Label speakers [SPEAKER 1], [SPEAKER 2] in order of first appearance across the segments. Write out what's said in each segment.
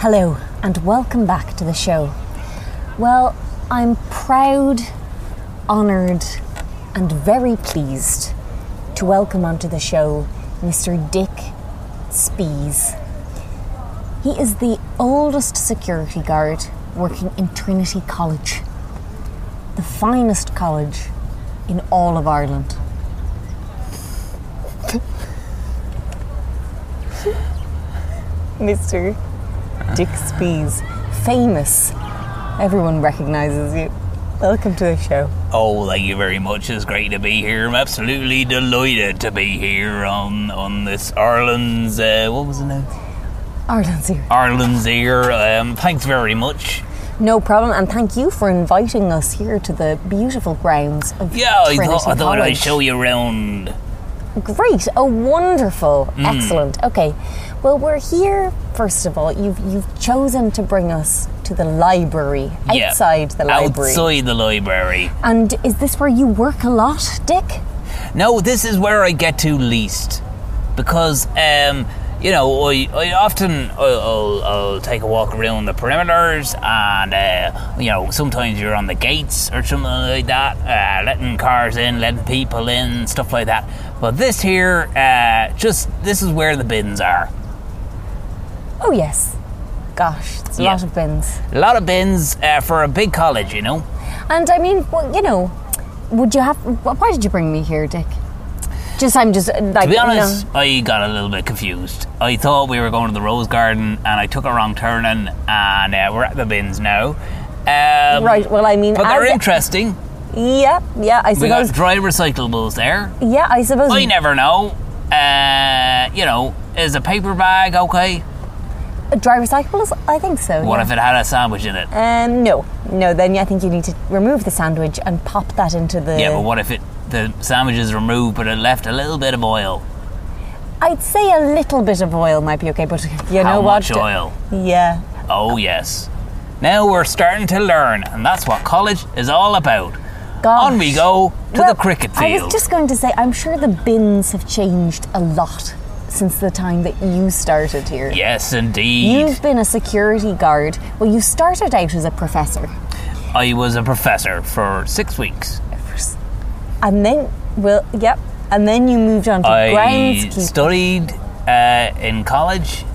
[SPEAKER 1] Hello, and welcome back to the show. Well, I'm proud, honoured, and very pleased to welcome onto the show Mr. Dick Spees. He is the oldest security guard working in Trinity College, the finest college in all of Ireland. Mr. Dick Spees, famous. Everyone recognises you. Welcome to the show.
[SPEAKER 2] Oh, thank you very much. It's great to be here. I'm absolutely delighted to be here on on this Ireland's uh, what was it now?
[SPEAKER 1] Ireland's here.
[SPEAKER 2] Ireland's ear. Um, thanks very much.
[SPEAKER 1] No problem, and thank you for inviting us here to the beautiful grounds of
[SPEAKER 2] Yeah, I
[SPEAKER 1] Trinity
[SPEAKER 2] thought, I thought I'd
[SPEAKER 1] College.
[SPEAKER 2] show you around.
[SPEAKER 1] Great, oh wonderful,
[SPEAKER 2] Mm.
[SPEAKER 1] excellent. Okay, well we're here. First of all, you've you've chosen to bring us to the library
[SPEAKER 2] Yeah.
[SPEAKER 1] outside the library.
[SPEAKER 2] Outside the library.
[SPEAKER 1] And is this where you work a lot, Dick?
[SPEAKER 2] No, this is where I get to least because um, you know I, I often I'll, I'll, I'll take a walk around the perimeters and uh, you know sometimes you're on the gates or something like that, uh, letting cars in, letting people in, stuff like that. But this here, uh, just this is where the bins are.
[SPEAKER 1] Oh yes. Gosh, it's a
[SPEAKER 2] Yeah.
[SPEAKER 1] lot of bins.
[SPEAKER 2] A lot of bins uh, for a big college, you know.
[SPEAKER 1] And I mean, well, you know, would you have? wh- Why did you bring me here, Dick? Just I'm just uh, like
[SPEAKER 2] To be
[SPEAKER 1] you know-
[SPEAKER 2] honest, I got a little bit confused. I thought we were going to the Rose Garden, and I took a wrong turn, and and, uh, we're at the bins now. Um,
[SPEAKER 1] Right. Well, I mean,
[SPEAKER 2] But they're
[SPEAKER 1] as-
[SPEAKER 2] interesting.
[SPEAKER 1] yeah, yeah. I
[SPEAKER 2] We got
[SPEAKER 1] suppose.
[SPEAKER 2] dry recyclables there.
[SPEAKER 1] Yeah, I suppose.
[SPEAKER 2] I never know. Uh, you know, is a paper bag okay?
[SPEAKER 1] A dry recyclables? I think so.
[SPEAKER 2] What
[SPEAKER 1] yeah.
[SPEAKER 2] if it had a sandwich in it?
[SPEAKER 1] Um, no, no. Then I think you need to remove the sandwich and pop that into the.
[SPEAKER 2] yeah, but what if it the sandwich is removed, but it left a little bit of oil?
[SPEAKER 1] I'd say a little bit of oil might be okay, but you
[SPEAKER 2] How
[SPEAKER 1] know
[SPEAKER 2] much
[SPEAKER 1] what?
[SPEAKER 2] oil?
[SPEAKER 1] Yeah.
[SPEAKER 2] Oh yes. Now we're starting to learn, and that's what college is all about.
[SPEAKER 1] Gosh.
[SPEAKER 2] On we go to
[SPEAKER 1] Well,
[SPEAKER 2] the cricket
[SPEAKER 1] I
[SPEAKER 2] field.
[SPEAKER 1] was just going to say, I'm sure the bins have changed a lot since the time that you started here.
[SPEAKER 2] Yes, indeed.
[SPEAKER 1] You've been a security guard. Well, you started out as a professor,
[SPEAKER 2] I was a professor for six weeks.
[SPEAKER 1] and then well, yep, and then you moved on to
[SPEAKER 2] I
[SPEAKER 1] groundskeeping.
[SPEAKER 2] studied uh, in college.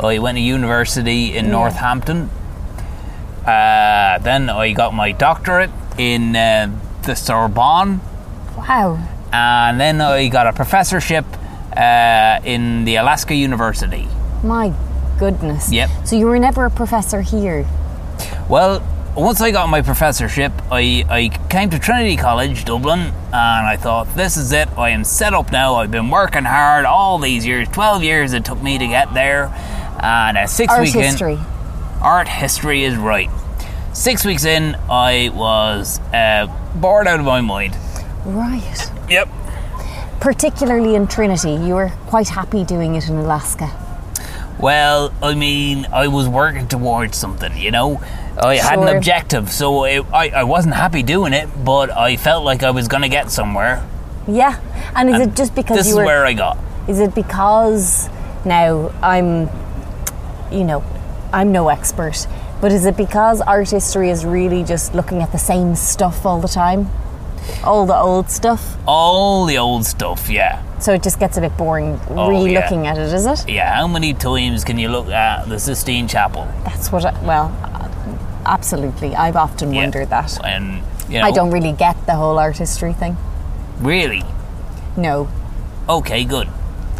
[SPEAKER 2] I went to university in Northampton. Uh, then I got my doctorate in uh, the Sorbonne,
[SPEAKER 1] wow.
[SPEAKER 2] and then I got a professorship uh, in the Alaska University.
[SPEAKER 1] My goodness.
[SPEAKER 2] Yep.
[SPEAKER 1] So you were never a professor here.
[SPEAKER 2] Well, once I got my professorship, I, I came to Trinity College, Dublin, and I thought, this is it. I am set up now. I've been working hard all these years 12 years it took me to get there. And uh, six
[SPEAKER 1] Art
[SPEAKER 2] weeks in-
[SPEAKER 1] history.
[SPEAKER 2] art history is right. Six weeks in, I was uh, bored out of my mind.
[SPEAKER 1] Right.
[SPEAKER 2] Yep.
[SPEAKER 1] Particularly in Trinity, you were quite happy doing it in Alaska.
[SPEAKER 2] Well, I mean, I was working towards something, you know? I had an
[SPEAKER 1] Sure.
[SPEAKER 2] objective, so I, I, I wasn't happy doing it, but I felt like I was going to get somewhere.
[SPEAKER 1] Yeah. And is it just because
[SPEAKER 2] this
[SPEAKER 1] you were
[SPEAKER 2] is where I got.
[SPEAKER 1] Is it because now I'm, you know, I'm no expert, but is it because art history is really just looking at the same stuff all the time? All the old stuff?
[SPEAKER 2] All the old stuff, yeah.
[SPEAKER 1] So it just gets a bit boring
[SPEAKER 2] Oh,
[SPEAKER 1] re
[SPEAKER 2] yeah.
[SPEAKER 1] looking at it, is it?
[SPEAKER 2] Yeah, how many times can you look at the Sistine Chapel?
[SPEAKER 1] That's what, I, well, uh, absolutely. I've often
[SPEAKER 2] Yeah.
[SPEAKER 1] wondered that.
[SPEAKER 2] And, you know,
[SPEAKER 1] I don't really get the whole art history thing.
[SPEAKER 2] really.
[SPEAKER 1] No.
[SPEAKER 2] Okay, good.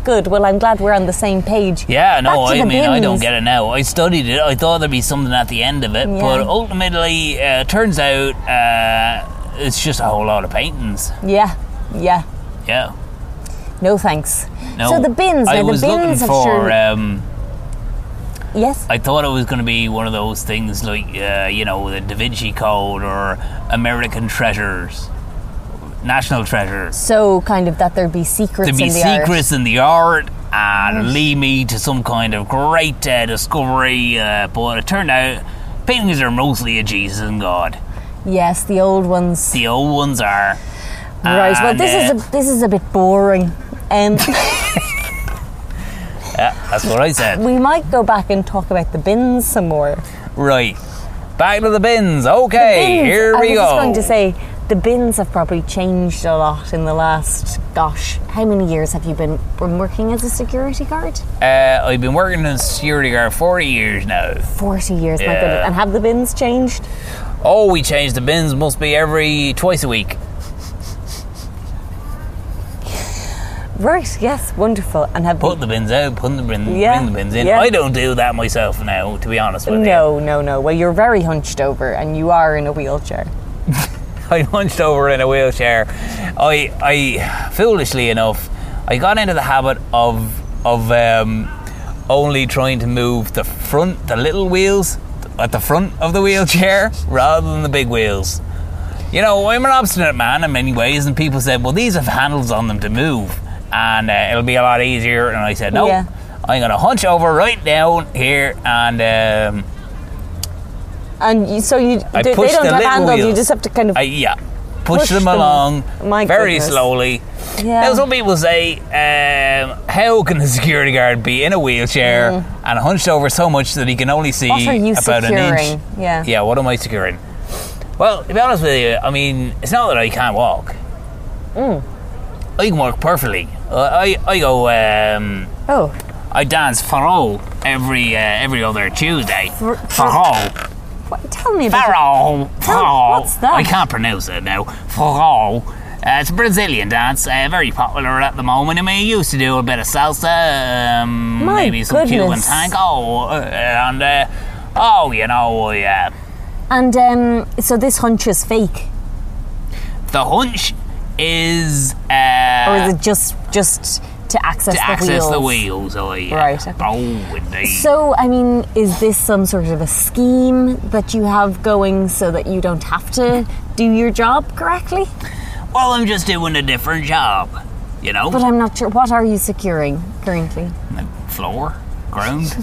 [SPEAKER 1] Good. Well, I'm glad we're on the same page.
[SPEAKER 2] Yeah, no,
[SPEAKER 1] Back to
[SPEAKER 2] I
[SPEAKER 1] the
[SPEAKER 2] mean, I don't
[SPEAKER 1] bins.
[SPEAKER 2] get it now. I studied it. I thought there'd be something at the end of it,
[SPEAKER 1] Yeah.
[SPEAKER 2] but ultimately, uh, turns out uh, it's just a whole lot of paintings.
[SPEAKER 1] Yeah. Yeah.
[SPEAKER 2] Yeah.
[SPEAKER 1] No thanks.
[SPEAKER 2] No,
[SPEAKER 1] so the bins.
[SPEAKER 2] I
[SPEAKER 1] now
[SPEAKER 2] was
[SPEAKER 1] the bins
[SPEAKER 2] looking
[SPEAKER 1] have
[SPEAKER 2] for.
[SPEAKER 1] surely-
[SPEAKER 2] Um,
[SPEAKER 1] yes.
[SPEAKER 2] I thought it was going to be one of those things like, uh, you know, the Da Vinci Code or American Treasures, National Treasures.
[SPEAKER 1] so kind of that there'd be secrets
[SPEAKER 2] To be
[SPEAKER 1] in the Mm.
[SPEAKER 2] secrets in the art and lead me to some kind of great uh, discovery. Uh, but it turned out paintings are mostly a Jesus and God.
[SPEAKER 1] art. Yes, the old ones.
[SPEAKER 2] The old ones are. Ah,
[SPEAKER 1] right. Well,
[SPEAKER 2] And,
[SPEAKER 1] this
[SPEAKER 2] uh,
[SPEAKER 1] is a this is a bit boring. Um,
[SPEAKER 2] Yeah, uh, that's what I said.
[SPEAKER 1] We might go back and talk about the bins some more.
[SPEAKER 2] Right. Back to the bins. Okay,
[SPEAKER 1] Bins,
[SPEAKER 2] here we
[SPEAKER 1] I was just
[SPEAKER 2] go.
[SPEAKER 1] going to say the bins have probably changed a lot in the last gosh, how many years have you been been working as a security guard?
[SPEAKER 2] uh, I've been working in security guard for years now.
[SPEAKER 1] Forty years, my
[SPEAKER 2] Yeah.
[SPEAKER 1] goodness. And have the bins changed?
[SPEAKER 2] Oh, we change the bins must be every twice a week.
[SPEAKER 1] Right, yes, wonderful. And have
[SPEAKER 2] Put the bins out, put the bins,
[SPEAKER 1] Yeah,
[SPEAKER 2] bring the bins in.
[SPEAKER 1] yeah.
[SPEAKER 2] I don't do that myself now, to be honest with you.
[SPEAKER 1] No, no, no. Well you're very hunched over and you are in a wheelchair.
[SPEAKER 2] I hunched over in a wheelchair. I, I foolishly enough, I got into the habit of of um, only trying to move the front, the little wheels at the front of the wheelchair rather than the big wheels. You know, I'm an obstinate man in many ways, and people said, "Well, these have handles on them to move, and uh, it'll be a lot easier." And I said, "No,
[SPEAKER 1] Yeah.
[SPEAKER 2] I'm going to hunch over right down here and." Um,
[SPEAKER 1] And you, so you
[SPEAKER 2] I
[SPEAKER 1] they, they
[SPEAKER 2] push
[SPEAKER 1] don't
[SPEAKER 2] the
[SPEAKER 1] have
[SPEAKER 2] little
[SPEAKER 1] handles, you
[SPEAKER 2] wheels.
[SPEAKER 1] just have to kind of
[SPEAKER 2] I, yeah, push,
[SPEAKER 1] Push
[SPEAKER 2] them,
[SPEAKER 1] them.
[SPEAKER 2] along
[SPEAKER 1] My
[SPEAKER 2] very
[SPEAKER 1] goodness.
[SPEAKER 2] slowly.
[SPEAKER 1] Yeah.
[SPEAKER 2] Now, some people say, um, how can a security guard be in a wheelchair
[SPEAKER 1] Mm.
[SPEAKER 2] and hunched over so much that he can only see
[SPEAKER 1] What are you
[SPEAKER 2] about an
[SPEAKER 1] securing?
[SPEAKER 2] inch?
[SPEAKER 1] Yeah.
[SPEAKER 2] Yeah, what am I securing? Well, to be honest with you, I mean, it's not that I can't walk.
[SPEAKER 1] Mm.
[SPEAKER 2] I can walk perfectly. I, I, I go, um,
[SPEAKER 1] Oh.
[SPEAKER 2] I dance Pharaoh every uh, every other Tuesday.
[SPEAKER 1] Fr-
[SPEAKER 2] Pharaoh.
[SPEAKER 1] What, tell me about
[SPEAKER 2] Farol. Farol.
[SPEAKER 1] what's that?
[SPEAKER 2] I can't pronounce it now. Farol. Uh, it's a Brazilian dance, uh, very popular at the moment. I mean, you used to do a bit of salsa, um,
[SPEAKER 1] My
[SPEAKER 2] maybe some Cuban
[SPEAKER 1] goodness.
[SPEAKER 2] tango, uh, and uh, oh, you know, yeah,
[SPEAKER 1] And um, so this hunch is fake.
[SPEAKER 2] the hunch is uh,
[SPEAKER 1] Or is it just just to access
[SPEAKER 2] to
[SPEAKER 1] the
[SPEAKER 2] access
[SPEAKER 1] wheels?
[SPEAKER 2] the wheels. Oh, yeah.
[SPEAKER 1] Right, okay.
[SPEAKER 2] Oh, indeed.
[SPEAKER 1] So, I mean, is this some sort of a scheme that you have going so that you don't have to do your job correctly?
[SPEAKER 2] well, I'm just doing a different job, you know.
[SPEAKER 1] But I'm not sure. What are you securing currently?
[SPEAKER 2] floor, ground,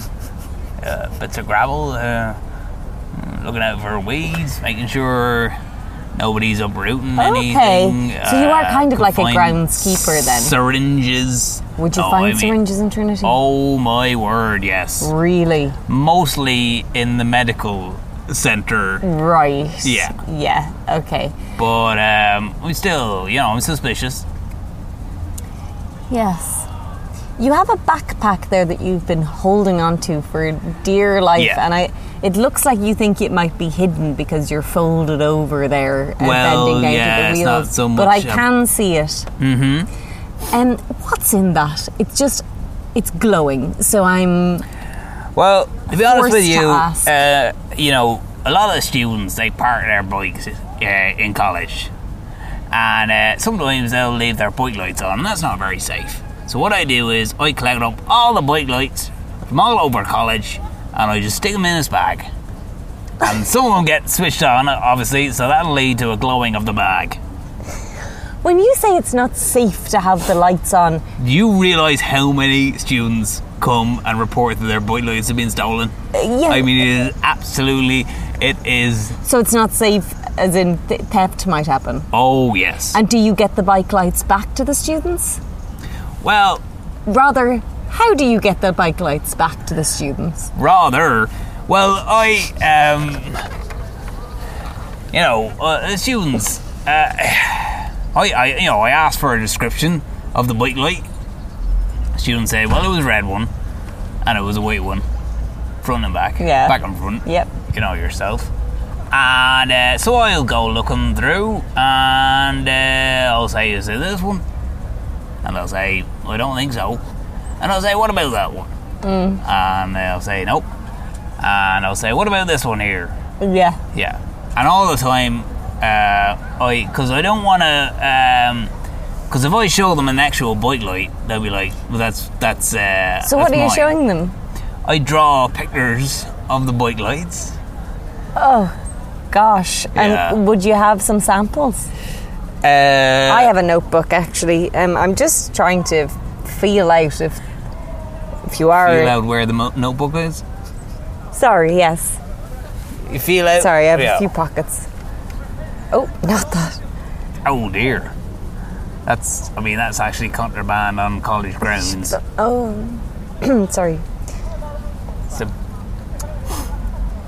[SPEAKER 2] uh, bits of gravel, uh, looking out for weeds, making sure nobody's uprooting
[SPEAKER 1] Okay.
[SPEAKER 2] anything. uh,
[SPEAKER 1] So you are kind of
[SPEAKER 2] could
[SPEAKER 1] like a
[SPEAKER 2] find
[SPEAKER 1] groundskeeper then?
[SPEAKER 2] Syringes.
[SPEAKER 1] Would you
[SPEAKER 2] Oh,
[SPEAKER 1] find
[SPEAKER 2] I mean-
[SPEAKER 1] syringes in Trinity?
[SPEAKER 2] Oh my word, yes.
[SPEAKER 1] Really?
[SPEAKER 2] Mostly in the medical centre,
[SPEAKER 1] Right.
[SPEAKER 2] Yeah.
[SPEAKER 1] Yeah. Okay.
[SPEAKER 2] but um, I'm still, you know, I'm suspicious.
[SPEAKER 1] Yes. You have a backpack there that you've been holding onto for dear life,
[SPEAKER 2] Yeah.
[SPEAKER 1] and I. It looks like you think it might be hidden because you're folded over there and
[SPEAKER 2] Well,
[SPEAKER 1] bending down
[SPEAKER 2] yeah,
[SPEAKER 1] to
[SPEAKER 2] it's
[SPEAKER 1] the wheels.
[SPEAKER 2] not so
[SPEAKER 1] but I
[SPEAKER 2] much, um,
[SPEAKER 1] can see it. Mm-hmm. And what's in that? It's just, it's glowing. So I'm.
[SPEAKER 2] Well, to be honest
[SPEAKER 1] Forced
[SPEAKER 2] with
[SPEAKER 1] to
[SPEAKER 2] you,
[SPEAKER 1] ask.
[SPEAKER 2] uh, you know, a lot of the students they park their bikes uh, in college, and uh, sometimes they'll leave their bike lights on, and that's not very safe. So what I do is I collect up all the bike lights from all over college, and I just stick them in this bag. And some of them get switched on, obviously, so that'll lead to a glowing of the bag.
[SPEAKER 1] When you say it's not safe to have the lights on, uh,
[SPEAKER 2] Do you realise how many students come and report that their bike lights have been stolen?
[SPEAKER 1] uh, yeah.
[SPEAKER 2] I mean, it is absolutely, it is
[SPEAKER 1] so it's not safe, as in th- theft might happen.
[SPEAKER 2] Oh yes.
[SPEAKER 1] And do you get the bike lights back to the students?
[SPEAKER 2] well,
[SPEAKER 1] Rather, how do you get the bike lights back to the students?
[SPEAKER 2] rather. Well, I um, you know, uh, the students. Uh, I, I, you know, I asked for a description of the bike light. Students say, well, it was a red one, and it was a white one, front and back.
[SPEAKER 1] Yeah.
[SPEAKER 2] Back and front.
[SPEAKER 1] Yep.
[SPEAKER 2] You know yourself. And uh, so I'll go looking through, and uh, I'll say, is it this one? And they'll say, I don't think so. And I'll say, what about that one?
[SPEAKER 1] Mm.
[SPEAKER 2] And they'll say, nope. And I'll say, what about this one here?
[SPEAKER 1] Yeah.
[SPEAKER 2] Yeah. And all the time, uh, I because I don't want to. Because if I show them an actual bike light, they'll be like, well, that's that's. Uh,
[SPEAKER 1] So what
[SPEAKER 2] that's
[SPEAKER 1] are you
[SPEAKER 2] mine."
[SPEAKER 1] showing them?
[SPEAKER 2] I draw pictures of the bike lights.
[SPEAKER 1] Gosh,
[SPEAKER 2] Yeah.
[SPEAKER 1] and would you have some samples?
[SPEAKER 2] Uh,
[SPEAKER 1] I have a notebook actually. Um, I'm just trying to feel out if if you
[SPEAKER 2] You
[SPEAKER 1] are
[SPEAKER 2] allowed where the mo- notebook is?
[SPEAKER 1] sorry. Yes,
[SPEAKER 2] You feel out?
[SPEAKER 1] sorry. I have
[SPEAKER 2] Uh, Yeah.
[SPEAKER 1] a few pockets. Oh, not that.
[SPEAKER 2] Oh dear. That's. I mean, that's actually contraband on college grounds.
[SPEAKER 1] Oh, Sorry.
[SPEAKER 2] So,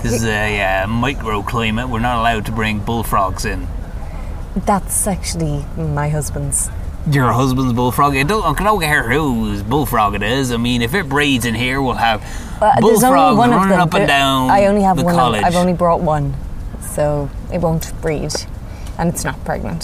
[SPEAKER 2] this is a uh, microclimate. We're not allowed to bring bullfrogs in.
[SPEAKER 1] That's actually my husband's.
[SPEAKER 2] Your husband's bullfrog. It don't, I don't care whose bullfrog it is. I mean, if it breeds in here, we'll have
[SPEAKER 1] Uh,
[SPEAKER 2] bullfrogs
[SPEAKER 1] there's only one
[SPEAKER 2] running
[SPEAKER 1] of them.
[SPEAKER 2] up and
[SPEAKER 1] There-
[SPEAKER 2] down.
[SPEAKER 1] I only have
[SPEAKER 2] the
[SPEAKER 1] one.
[SPEAKER 2] College.
[SPEAKER 1] I've only brought one, so it won't breed, and it's not pregnant.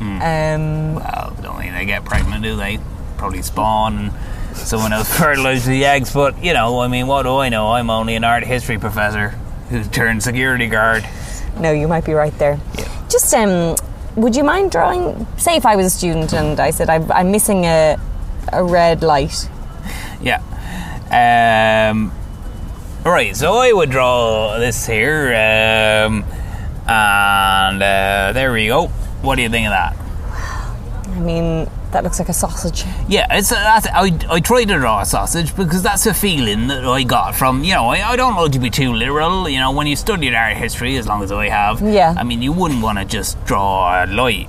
[SPEAKER 2] Hmm.
[SPEAKER 1] Um,
[SPEAKER 2] Well, don't think Oh, they get pregnant, do they? Probably spawn and someone else fertilizes the eggs. But you know, I mean, what do I know? I'm only an art history professor who turned security guard.
[SPEAKER 1] no, you might be right there. Just um, would you mind drawing? Say if I was a student and I said I'm, I'm missing a a red light.
[SPEAKER 2] Yeah. Um, right, so I would draw this here. Um, and uh, there we go. What do you think of that?
[SPEAKER 1] I mean, that looks like a sausage.
[SPEAKER 2] Yeah, it's that's, I, I tried to draw a sausage because that's a feeling that I got from, you know, I, I don't want to be too literal. You know, when you studied art history, as long as I have,
[SPEAKER 1] Yeah.
[SPEAKER 2] I mean, you wouldn't want to just draw a light.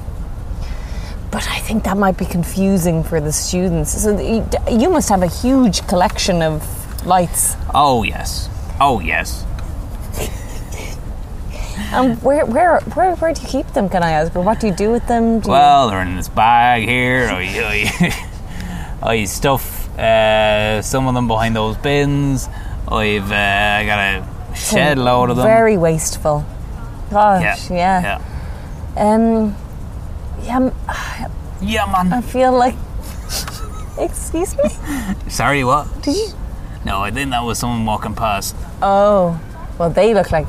[SPEAKER 1] But I think that might be confusing for the students. So you- you must have a huge collection of lights.
[SPEAKER 2] Oh, yes. Oh, yes.
[SPEAKER 1] And where, where, where, where do you keep them? Can I ask? Or what do you do with them? Do you-
[SPEAKER 2] Well, they're in this bag here. I, I, I stuff uh, some of them behind those bins. I've uh, got a shed load of them.
[SPEAKER 1] Very wasteful. Gosh, yeah.
[SPEAKER 2] yeah.
[SPEAKER 1] Um, yeah, m-
[SPEAKER 2] Yeah, man.
[SPEAKER 1] I feel like. Excuse me.
[SPEAKER 2] Sorry, what?
[SPEAKER 1] Did you?
[SPEAKER 2] No, I think that was someone walking past.
[SPEAKER 1] Oh, well, they look like.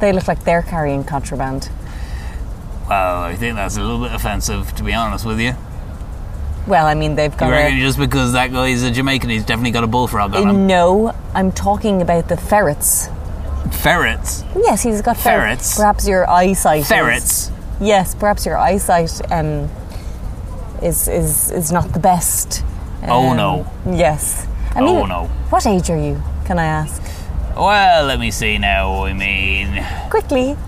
[SPEAKER 1] They look like they're carrying contraband.
[SPEAKER 2] Well, Oh, I think that's a little bit offensive, to be honest with you.
[SPEAKER 1] Well, I mean, they've got.
[SPEAKER 2] You
[SPEAKER 1] a-
[SPEAKER 2] reckon just because that guy's a Jamaican, he's definitely got a bullfrog on him?
[SPEAKER 1] no, I'm talking about the ferrets.
[SPEAKER 2] Ferrets.
[SPEAKER 1] Yes, he's got ferrets.
[SPEAKER 2] Ferrets.
[SPEAKER 1] Perhaps your eyesight. is-
[SPEAKER 2] Ferrets.
[SPEAKER 1] yes, perhaps your eyesight um, is is is not the best.
[SPEAKER 2] Oh,
[SPEAKER 1] Um,
[SPEAKER 2] no.
[SPEAKER 1] Yes. I
[SPEAKER 2] Oh,
[SPEAKER 1] mean,
[SPEAKER 2] no.
[SPEAKER 1] What age are you? Can I ask?
[SPEAKER 2] Well, let me see now. I mean.
[SPEAKER 1] Quickly.
[SPEAKER 2] Uh,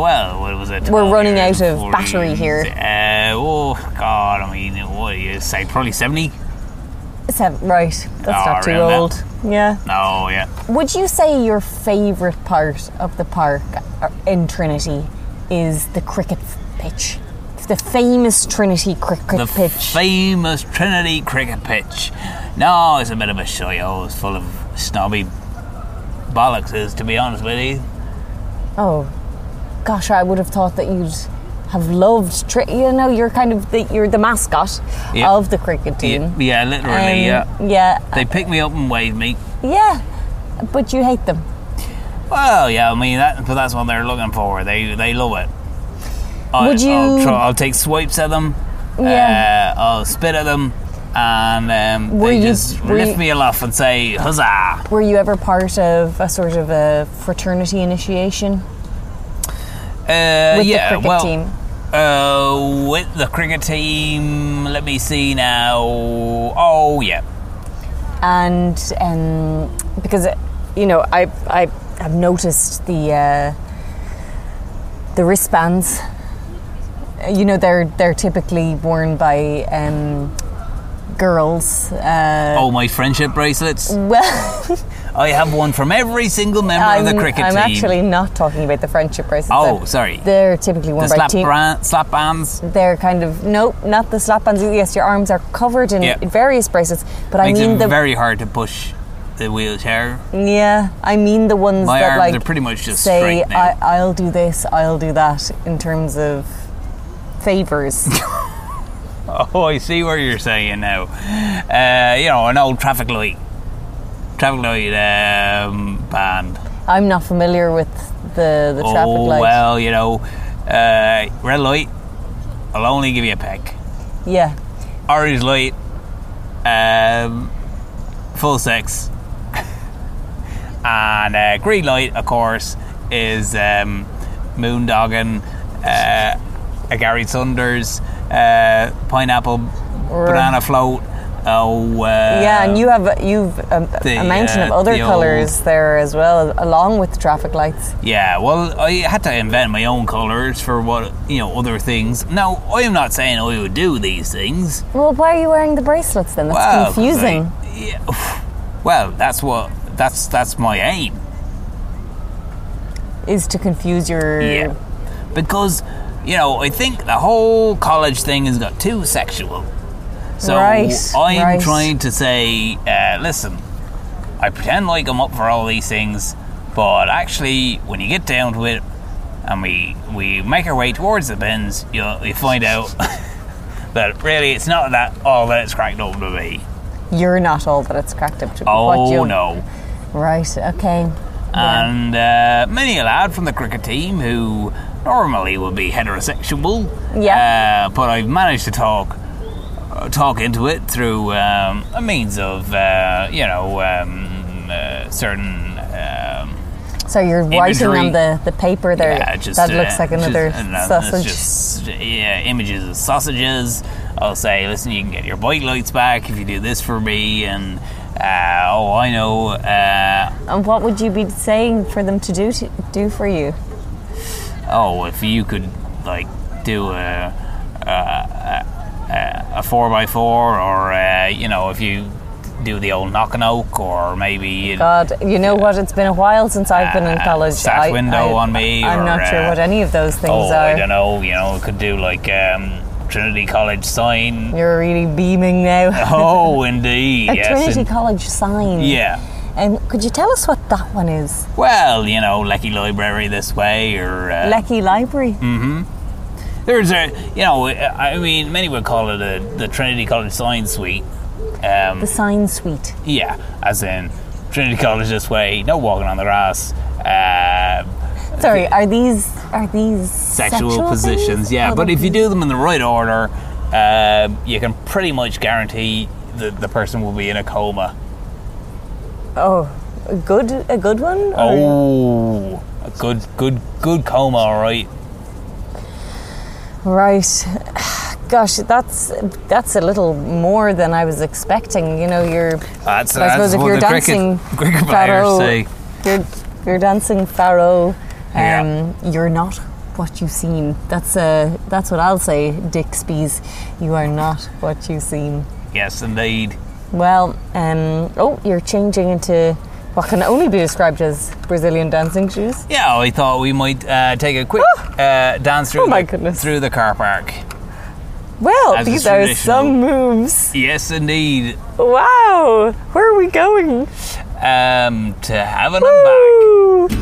[SPEAKER 2] well, what was it?
[SPEAKER 1] We're
[SPEAKER 2] 12
[SPEAKER 1] running
[SPEAKER 2] years,
[SPEAKER 1] out of
[SPEAKER 2] 40s.
[SPEAKER 1] battery here.
[SPEAKER 2] Uh, oh God! I mean, what do you say? Probably seventy.
[SPEAKER 1] Seven. Right. That's
[SPEAKER 2] Oh,
[SPEAKER 1] not too
[SPEAKER 2] around that.
[SPEAKER 1] old. Yeah.
[SPEAKER 2] No, yeah.
[SPEAKER 1] Would you say your favourite part of the park uh, in Trinity is the cricket f- pitch? The famous Trinity cricket
[SPEAKER 2] The
[SPEAKER 1] pitch.
[SPEAKER 2] famous Trinity cricket pitch. No, it's a bit of a show. It's full of snobby bollocks, is to be honest with you.
[SPEAKER 1] Oh, gosh, I would have thought that you'd have loved. Tri- you know, you're kind of the, you're the mascot
[SPEAKER 2] Yeah.
[SPEAKER 1] of the cricket team.
[SPEAKER 2] Yeah, yeah literally. yeah.
[SPEAKER 1] Mm. Um, yeah,
[SPEAKER 2] They pick me up and wave me.
[SPEAKER 1] yeah, but you hate them.
[SPEAKER 2] Well, yeah. I mean, that, but that's what they're looking for. They they love it. I,
[SPEAKER 1] Would
[SPEAKER 2] I'll,
[SPEAKER 1] you-
[SPEAKER 2] try, I'll take swipes at them.
[SPEAKER 1] Yeah.
[SPEAKER 2] Uh, I'll spit at them, and um,
[SPEAKER 1] Were
[SPEAKER 2] they
[SPEAKER 1] you-
[SPEAKER 2] just
[SPEAKER 1] were
[SPEAKER 2] lift
[SPEAKER 1] you-
[SPEAKER 2] me aloft and say huzzah. Uh,
[SPEAKER 1] Were you ever part of a sort of a fraternity initiation
[SPEAKER 2] Uh,
[SPEAKER 1] with
[SPEAKER 2] yeah,
[SPEAKER 1] the cricket
[SPEAKER 2] well,
[SPEAKER 1] team?
[SPEAKER 2] Uh, with the cricket team. Let me see now. Oh yeah.
[SPEAKER 1] And um, because uh, you know, I I have noticed the uh, the wristbands. Uh, You know, they're they're typically worn by um, girls. Uh, mm.
[SPEAKER 2] Oh my friendship bracelets.
[SPEAKER 1] well.
[SPEAKER 2] I have one from every single member
[SPEAKER 1] I'm,
[SPEAKER 2] of the cricket
[SPEAKER 1] I'm
[SPEAKER 2] team.
[SPEAKER 1] actually not talking about the friendship bracelets.
[SPEAKER 2] Oh,
[SPEAKER 1] I'm-
[SPEAKER 2] sorry.
[SPEAKER 1] They're typically worn
[SPEAKER 2] the
[SPEAKER 1] by
[SPEAKER 2] slap,
[SPEAKER 1] team.
[SPEAKER 2] brand, slap bands.
[SPEAKER 1] They're kind of nope, not the slap bands. Yes, your arms are covered in
[SPEAKER 2] Yeah.
[SPEAKER 1] various bracelets, but
[SPEAKER 2] Makes
[SPEAKER 1] I mean
[SPEAKER 2] it
[SPEAKER 1] the
[SPEAKER 2] very hard to push the wheelchair.
[SPEAKER 1] yeah, I mean the ones
[SPEAKER 2] My
[SPEAKER 1] that
[SPEAKER 2] arms
[SPEAKER 1] like
[SPEAKER 2] are pretty much just
[SPEAKER 1] say
[SPEAKER 2] straight now.
[SPEAKER 1] I, I'll do this, I'll do that in terms of favors.
[SPEAKER 2] Oh, I see what you're saying now. Uh, you know, an old traffic light, traffic light um, band.
[SPEAKER 1] I'm not familiar with the the traffic
[SPEAKER 2] oh
[SPEAKER 1] light.
[SPEAKER 2] well, you know, uh, red light. I'll only give you a peck.
[SPEAKER 1] Yeah,
[SPEAKER 2] Orange light. Um, full sex. and uh, green light, of course, is um, moondogging. Uh, a Gary Saunders, uh, pineapple, banana float, Oh, uh,
[SPEAKER 1] yeah, and you have you've a,
[SPEAKER 2] the,
[SPEAKER 1] a mountain of
[SPEAKER 2] uh,
[SPEAKER 1] other
[SPEAKER 2] the
[SPEAKER 1] colours there as well, along with the traffic lights.
[SPEAKER 2] Yeah, well, I had to invent my own colours for what you know other things. Now, I'm not saying I would do these things.
[SPEAKER 3] Well, why are you wearing the bracelets then? That's
[SPEAKER 2] Well, 'cause I-
[SPEAKER 3] confusing.
[SPEAKER 2] yeah, well, that's what that's that's my aim.
[SPEAKER 1] Is to confuse your
[SPEAKER 2] Yeah. Because, you know, I think the whole college thing has got too sexual. So
[SPEAKER 1] Right,
[SPEAKER 2] I'm
[SPEAKER 1] right.
[SPEAKER 2] trying to say, uh, listen, I pretend like I'm up for all these things, but actually, when you get down to it and we, we make our way towards the bins, you, you find out that really it's not that all that it's cracked up to be.
[SPEAKER 1] you're not all that it's cracked up to. be. What
[SPEAKER 2] Oh,
[SPEAKER 1] you-
[SPEAKER 2] no.
[SPEAKER 1] Right. Okay.
[SPEAKER 2] And uh, many a lad from the cricket team who normally would be heterosexual.
[SPEAKER 1] Yeah.
[SPEAKER 2] Uh, but I've managed to talk uh, talk into it through um, a means of, uh, you know, um, uh, certain. Um,
[SPEAKER 1] So you're writing
[SPEAKER 2] Imagery.
[SPEAKER 1] on the, the paper there.
[SPEAKER 2] yeah, just,
[SPEAKER 1] that
[SPEAKER 2] uh,
[SPEAKER 1] looks like
[SPEAKER 2] just-
[SPEAKER 1] another
[SPEAKER 2] I don't know, it's
[SPEAKER 1] sausage.
[SPEAKER 2] just, yeah, images of sausages. I'll say, listen, you can get your bike lights back if you do this for me. And, uh, oh, I know. Uh,
[SPEAKER 1] and what would you be saying for them to do to, do for you?
[SPEAKER 2] oh, if you could like do a a, a, a four by four, or uh, you know, if you do the old knock and oak, or maybe you
[SPEAKER 1] God, you know what? It's been a while since I've been in
[SPEAKER 2] Uh,
[SPEAKER 1] college.
[SPEAKER 2] sash window on me
[SPEAKER 1] I'm
[SPEAKER 2] or,
[SPEAKER 1] not sure
[SPEAKER 2] uh,
[SPEAKER 1] what any of those things
[SPEAKER 2] oh, I
[SPEAKER 1] are.
[SPEAKER 2] don't know, you know, could do like um, Trinity College sign.
[SPEAKER 1] You're really beaming now.
[SPEAKER 2] Oh, indeed,
[SPEAKER 1] A
[SPEAKER 2] yes,
[SPEAKER 1] Trinity
[SPEAKER 2] in-
[SPEAKER 1] College sign.
[SPEAKER 2] yeah.
[SPEAKER 1] And could you tell us what that one is?
[SPEAKER 2] Well, you know, Lecky Library this way, or uh,
[SPEAKER 1] Lecky Library.
[SPEAKER 2] There's a, you know, I mean, many would call it a, the Trinity College Sign Suite. Um,
[SPEAKER 1] The sign suite.
[SPEAKER 2] Yeah, as in Trinity College this way, no walking on the grass, uh,
[SPEAKER 1] Sorry, are these are these
[SPEAKER 2] sexual,
[SPEAKER 1] sexual,
[SPEAKER 2] positions.
[SPEAKER 1] things?
[SPEAKER 2] Yeah,
[SPEAKER 1] Oh,
[SPEAKER 2] but
[SPEAKER 1] they're-
[SPEAKER 2] if you do them in the right order, uh, you can pretty much guarantee that the person will be in a coma.
[SPEAKER 1] oh, a good a good one. or-
[SPEAKER 2] Oh, a good, good, good coma, all right.
[SPEAKER 1] Right. Gosh, that's that's a little more than I was expecting. You know, you're.
[SPEAKER 2] That's,
[SPEAKER 1] I suppose if you're dancing
[SPEAKER 2] cricket, cricket
[SPEAKER 1] pharaoh,
[SPEAKER 2] players say.
[SPEAKER 1] you're you're dancing pharaoh. Um,
[SPEAKER 2] Yeah.
[SPEAKER 1] You're not what you seem. That's uh, that's what I'll say, Dick Spees. You are not what you seem.
[SPEAKER 2] Yes, indeed.
[SPEAKER 1] Well, um, oh, you're changing into what can only be described as Brazilian dancing shoes.
[SPEAKER 2] Yeah, I thought we might uh, take a quick uh, dance
[SPEAKER 1] Oh
[SPEAKER 2] through,
[SPEAKER 1] my
[SPEAKER 2] the,
[SPEAKER 1] goodness.
[SPEAKER 2] through the car park.
[SPEAKER 1] Well,
[SPEAKER 2] As is
[SPEAKER 1] these are
[SPEAKER 2] traditional.
[SPEAKER 1] some moves.
[SPEAKER 2] Yes, indeed.
[SPEAKER 1] Wow, where are we going?
[SPEAKER 2] Um, to heaven and back.
[SPEAKER 1] Woo!